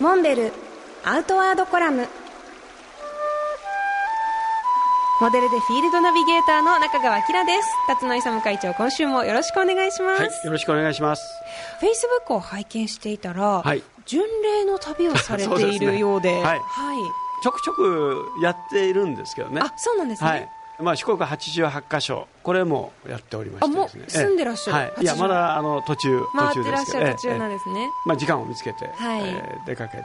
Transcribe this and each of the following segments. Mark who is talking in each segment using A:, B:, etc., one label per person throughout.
A: モンベルアウトワードコラムモデルでフィールドナビゲーターの中川明です辰野勇会長今週もよろしくお願いします、
B: はい、よろしくお願いします。
A: フェイスブックを拝見していたら、
B: はい
A: 巡礼の旅をされ
B: そう
A: て
B: で
A: い
B: すね
A: るようで
B: は
A: は
B: い
A: い
B: ちょくちょくやっているんですけどね。
A: あそうなんですね、
B: はい。まあ四国八十八箇所これもやっておりましてですね。
A: あもう住んでらっしゃる
B: ええはい。いや
A: 88
B: まだあの途中途
A: 回っ
B: 中
A: て
B: で
A: らっ
B: す
A: し
B: け
A: ゃ
B: ど。
A: る途中なん
B: えええ
A: ですね、
B: えまあ時間を見つけて、
A: はい
B: ええ出かけて、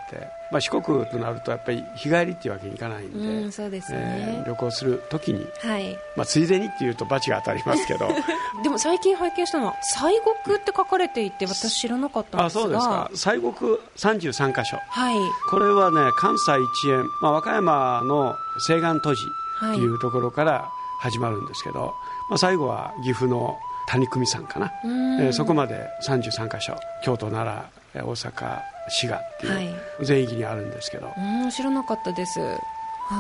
B: まあ四国となるとやっぱり日帰りっていうわけにいかないんで、
A: うんそうです
B: え
A: ね
B: え、旅行するときに。
A: はい
B: まあ、ついでにっていうと罰が当たりますけ ど
A: でも最近拝見したのは西国って書かれていて私知らなかったん
B: あ
A: ですが
B: そうですか西国33箇所
A: はい
B: これはね関西一円、まあ、和歌山の西岸都市
A: はい
B: っていうところから始まるんですけど、まあ、最後は岐阜の谷久美山かな、
A: うん
B: えーそこまで33か所京都奈良えー大阪滋賀って
A: はいいう
B: 全域にあるんですけど、
A: うん知らなかったです、はい、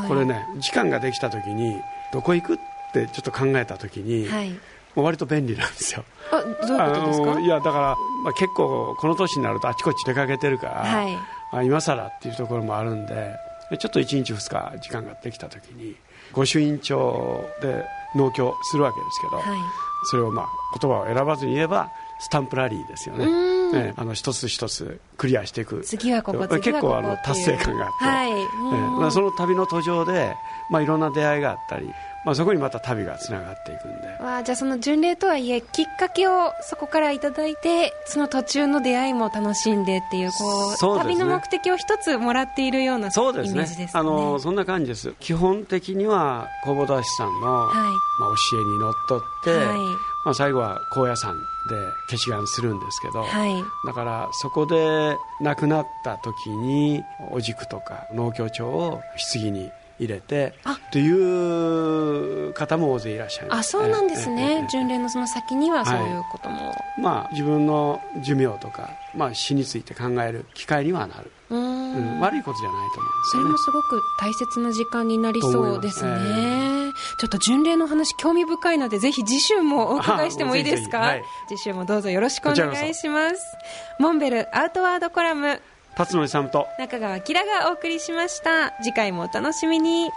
B: これね時間ができた時にどこ行くってちょっと考えた時に、
A: はい
B: もう割と便利なんですよ。
A: あどういうことです
B: あ
A: か
B: のいやだから、まあ、結構この年になるとあちこち出かけてるから、
A: はい
B: あ今更っていうところもあるんででちょっと1日2日時間ができた時に御朱印帳で農協するわけですけど、
A: はい
B: それをまあ言葉を選ばずに言えばスタンプラリーですよね、
A: うん
B: ええあの一つ一つクリアしていく
A: 次はここ次
B: 結
A: はここ
B: 構あの
A: っていう
B: 達成感があって、
A: はい
B: ええ
A: うん
B: まあその旅の途上で、まあ、いろんな出会いがあったり、まあ、そこにまた旅がつながっていくんで。
A: わあじゃあその巡礼とはいえきっかけをそこからいただいてその途中の出会いも楽しんでっていうこう
B: そうですね
A: 旅の目的を一つもらっているようなイメ
B: そう
A: ー
B: です
A: ジ
B: ね
A: ですね
B: あのそんな感じです基本的には弘法大師さんの、
A: はい
B: まあ、教えにのっとって、
A: はい
B: まあ、最後は高野山で決志願するんですけど、
A: はい
B: だからそこで亡くなった時にお軸とか農協帳を棺に入れて
A: あ
B: という方も大勢いらっしゃいます
A: あそうなんです
B: えええええ
A: ね
B: え
A: 巡礼のその先には
B: はい
A: そういうことも、
B: まあ、自分の寿命とか、まあ、死について考える機会にはなる、
A: うーん
B: うん悪いことじゃないと思うんです
A: それ
B: よね
A: もすごく大切な時間になりそうですね
B: と思います
A: ちょっと巡礼の話興味深いのでぜひ次週もお伺いしてもいいですか
B: あぜひ
A: 次
B: ぜ
A: 週もどうぞよろしくお願いしますモンベルアウトワードコラム
B: 辰野勇と
A: 中川きらがお送りしました次回もお楽しみに